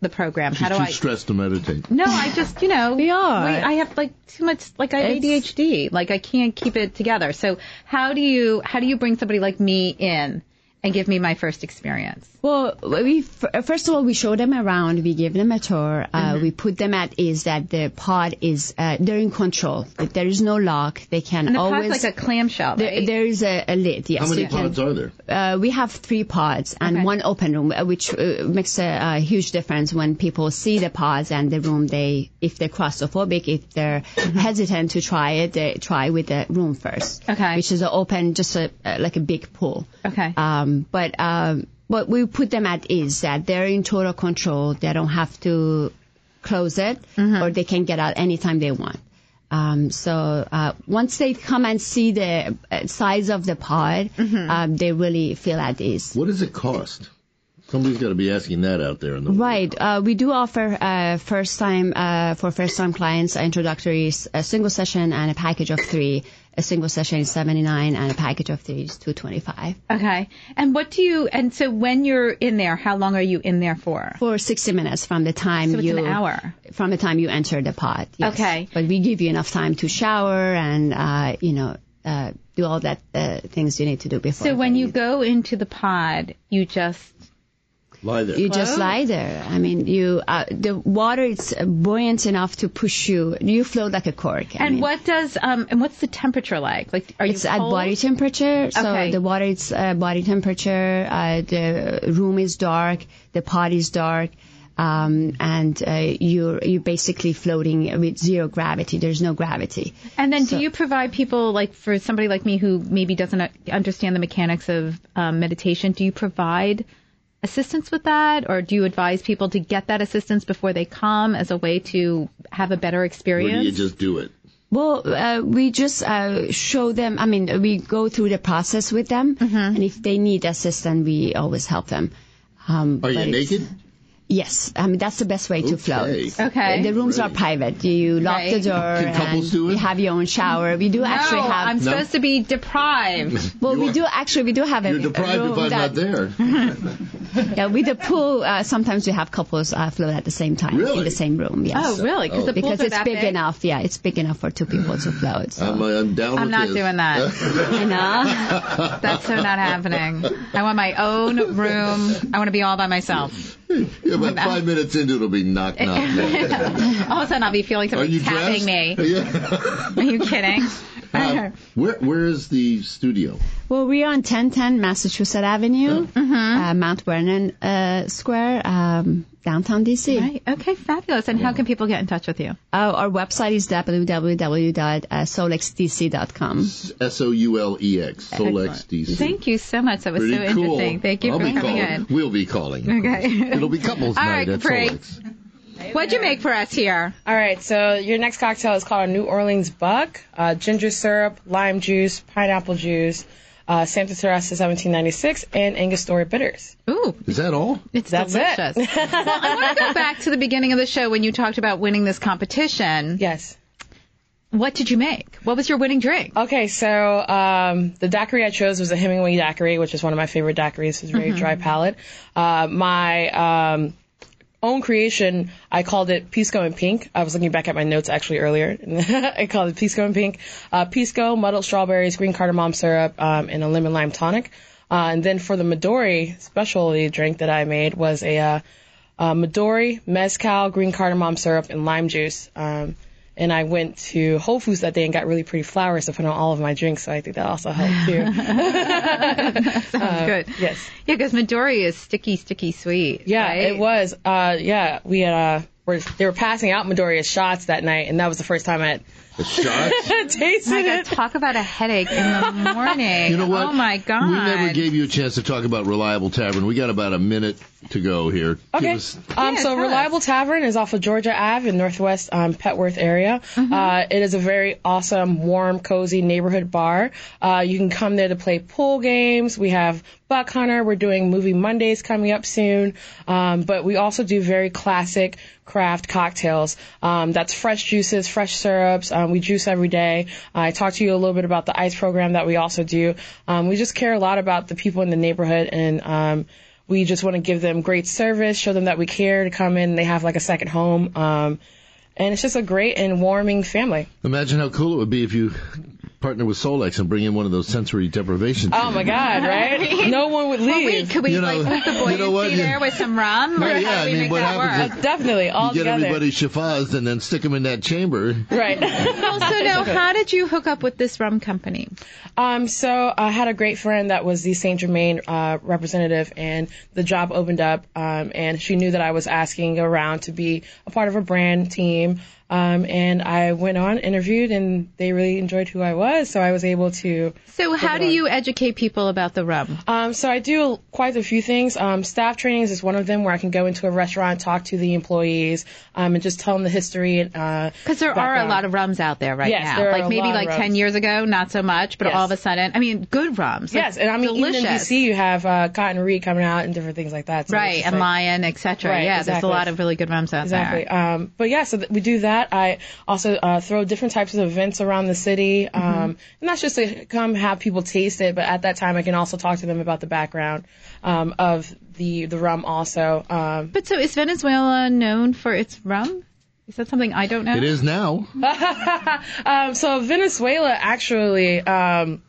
the program?
She's
how do
too
I?
stressed to meditate.
no, I just you know
Yeah.
wait, I have like too much like I have
It's-
ADHD. Like I can't keep it together. So how do you how do you bring somebody like me in and give me my first experience?
Well, we f- first of all we show them around, we give them a tour, uh,
Mm-hmm.
we put them at ease that the pod is uh, they're in control. That there is no lock. They can
And the pod's
always.
like a clamshell.
there,
right?
there is a, a lid. Yes.
How many
you can-
pods are there?
uh, we have three pods and
Okay.
one open room, uh, which uh, makes a, a huge difference when people see the pods and the room. They, if they're claustrophobic, if they're
Mm-hmm.
hesitant to try it, they try with the room first.
Okay.
Which is a open, just a, uh, like a big pool.
Okay.
Um, but um, what we put them at is that they're in total control. They don't have to close it,
Mm-hmm.
or they can get out anytime they want. Um, so uh, once they come and see the uh, size of the pod,
Mm-hmm.
um, they really feel at ease.
What does it cost? Somebody's got to be asking that out there in the world.
Right. Uh, we do offer uh, first time uh, for first time clients uh, introductory s- a single session and a package of three. A single session is seventy nine, and a package of three is two twenty five
okay. And what do you? And so when you're in there, how long are you in there for?
for sixty minutes from the time
So it's
you
an hour.
from the time you enter the pod. yes.
Okay.
But we give you enough time to shower and uh, you know uh, do all that uh, things you need to do before.
So when
going
you
in.
go into the pod, you just
Lie there.
You just lie there. I mean, you uh, the water is buoyant enough to push you. You float like a cork. I
and
mean.
what does um and what's the temperature like? Like are
It's
you
at
cold?
body temperature. So
Okay.
the water is uh, body temperature. Uh, the room is dark. The pot is dark. Um, and uh, you're you're basically floating with zero gravity. There's no gravity.
And then do you provide people like for somebody like me who maybe doesn't uh, understand the mechanics of um, meditation? Do you provide assistance with that, or do you advise people to get that assistance before they come as a way to have a better
or do
experience?
you just do it?
Well, uh, we just uh, show them. I mean, we go through the process with them,
Mm-hmm.
and if they need assistance, we always help them. Um,
Are
but
you
it's-
naked?
Yes, I mean that's the best way to
Okay.
float.
Okay.
The rooms are private. You lock
Right.
the door
Can couples
and
do it?
you have your own shower. We do actually
no,
have.
I'm supposed to be deprived.
well,
You
we
are-
do actually we do have a,
You're
a
deprived
room
if I'm not
that,
there.
Yeah, with the pool, uh, sometimes we have couples uh, float at the same time
Really?
in the same room. Yes.
oh, really? Because the pools
Because
are
it's
that
big, enough. Yeah, it's big enough for two people to float. So.
I'm, I'm down
I'm
with
not
this.
doing that.
you know.
That's so not happening. I want my own room. I want to be all by myself.
Yeah, about five minutes into it, it'll be knock knock. knock.
All of a sudden, I'll be feeling
Are
somebody
you
tapping
dressed? Yeah.
me. Are you kidding?
Um, where where is the studio?
Uh, Well, we are on 1010 Massachusetts Avenue,
Mm-hmm.
uh, Mount Vernon uh, Square, um, downtown DC.
Right. Okay, fabulous. And how can people get in touch with you?
Oh, our website is uh, www.solexdc.com.
S O U L E X. Solex DC.
Thank you so much. That was
Pretty
so
cool.
interesting. Thank you
I'll
for
be
coming
calling.
in.
We'll be calling.
Okay.
It'll be couples
All
night
right,
at
Craig.
Solex.
What'd you make for us here?
All right, so your next cocktail is called a New Orleans Buck. Uh, ginger syrup, lime juice, pineapple juice, uh, Santa Teresa 1796, and Angostura bitters.
Ooh,
Is that all?
it's
That's it.
delicious. well, I want to go back to the beginning of the show when you talked about winning this competition.
Yes.
What did you make? What was your winning drink?
Okay, so um, the daiquiri I chose was a Hemingway daiquiri, which is one of my favorite daiquiris. It's a
Mm-hmm.
very dry palate. Uh, my um, own creation, I called it Pisco and Pink. I was looking back at my notes actually earlier. I called it Pisco and Pink. Uh, Pisco, muddled strawberries, green cardamom syrup, um, and a lemon lime tonic. Uh, and then for the Midori specialty drink that I made was a uh, uh, Midori, mezcal, green cardamom syrup, and lime juice. Um, and I went to Whole Foods that day and got really pretty flowers to put on all of my drinks. So I think that also helped too. Uh,
Sounds good.
yes.
Yeah, because Midori is sticky, sticky sweet.
Yeah,
right?
it was. Uh, yeah, we had, uh, were, they were passing out Midoriya shots that night, and that was the first time I
The shots?
had tasted
Oh my God,
it.
talk about a headache in the morning.
You know what?
Oh my God.
We never gave you a chance to talk about Reliable Tavern. We got about a minute to go here. Give
Okay.
us-
Um,
Yeah,
so
tell us.
Reliable Tavern is off of Georgia Ave in Northwest um, Petworth area.
Mm-hmm.
Uh, it is a very awesome, warm, cozy neighborhood bar. Uh, you can come there to play pool games. We have Buck Hunter. We're doing Movie Mondays coming up soon. Um, but we also do very classic craft cocktails. Um, that's fresh juices, fresh syrups. Um, we juice every day. I talked to you a little bit about the ice program that we also do. Um, we just care a lot about the people in the neighborhood and. Um, we just want to give them great service, show them that we care to come in. They have like a second home. Um, and it's just a great and warming family.
Imagine how cool it would be if you partner with Solex and bring in one of those sensory deprivation.
Oh my God, right? No one would
Well, wait,
leave.
could we
You know-
like put the
you know what?
buoyancy there with some rum?
Well,
or
yeah,
how do we
I mean,
make
what
that
happens
work?
is-
Definitely, all
You get
together.
everybody Shafaz and then stick them in that chamber.
Right.
also, now, how did you hook up with this rum company?
Um, so I had a great friend that was the Saint Germain uh, representative, and the job opened up, um, and she knew that I was asking around to be a part of a brand team. Um, and I went on, interviewed, and they really enjoyed who I was, so I was able to
So, how do you educate people about the rum?
Um, so I do quite a few things. Um, staff trainings is one of them where I can go into a restaurant, talk to the employees, um, and just tell them the history. and, uh,
Because there are a
background.
lot of rums out there right
Yes,
now.
there are
like
a
maybe
lot of
like ten
rums.
years ago, not so much, but
Yes.
all of a sudden, I mean, good rums. like,
Yes, and I mean
delicious.
even in DC you have uh, Cotton Reed coming out and different things like that. So it's
right?
just
And
like-
lion, etc.
Right,
yeah, there's a
exactly.
lot of really good rums out
Exactly.
there.
Um, but yeah, so th- we do that. I also uh, throw different types of events around the city, um,
Mm-hmm.
and that's just to come have people taste it. But at that time, I can also talk to them about the background um, of the the rum also. Um,
But so, is Venezuela known for its rum? Is that something I don't know?
It is now.
Um, so Venezuela actually um,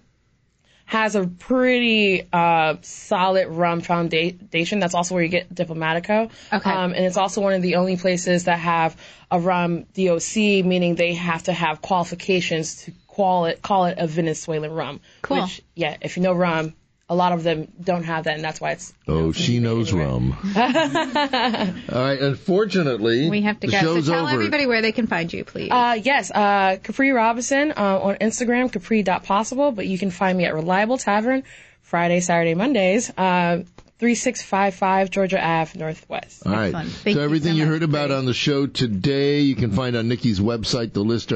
has a pretty uh, solid rum foundation. That's also where you get Diplomatico.
Okay.
Um, and it's also one of the only places that have a rum DOC, meaning they have to have qualifications to call it call it a Venezuelan rum.
Cool.
Which, yeah, if you know rum, a lot of them don't have that, and that's why it's
Oh, she knows rum. All right. Unfortunately,
We have to
the
go.
show's
so tell
over.
everybody where they can find you, please.
Uh, yes, uh, Capri Robinson uh, on Instagram, capri.possible, but you can find me at Reliable Tavern Friday, Saturday, Mondays. Uh, 3655 Georgia Ave Northwest.
All right.
Excellent. Thank
so
you
everything
so
you
much.
heard about
Great.
on the show today, you can find on Nikki's website,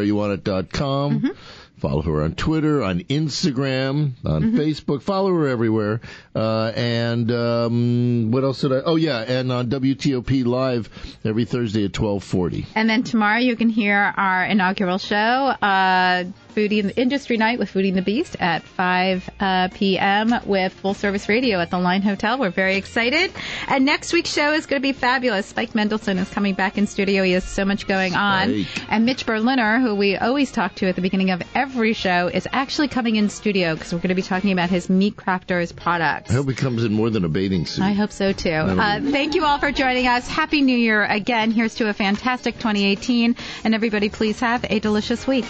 thelistareyouonit.com.
Mm-hmm.
Follow her on Twitter, on Instagram, on
Mm-hmm.
Facebook. Follow her everywhere. Uh, and um, what else did I? Oh yeah, and on WTOP live every Thursday at twelve forty.
And then tomorrow you can hear our inaugural show, uh, Foodie in the Industry Night with Foodie and the Beast at 5 uh, p.m. with Full Service Radio at the Line Hotel. We're very excited. And next week's show is going to be fabulous. Spike Mendelson is coming back in studio. He has so much going on.
Spike.
And Mitch Berliner, who we always talk to at the beginning of every show, is actually coming in studio because we're going to be talking about his meat crafters products.
I hope it comes in more than a bathing suit.
I hope so too. Uh, thank you all for joining us. Happy New Year again. Here's to a fantastic 2018. And everybody, please have a delicious week.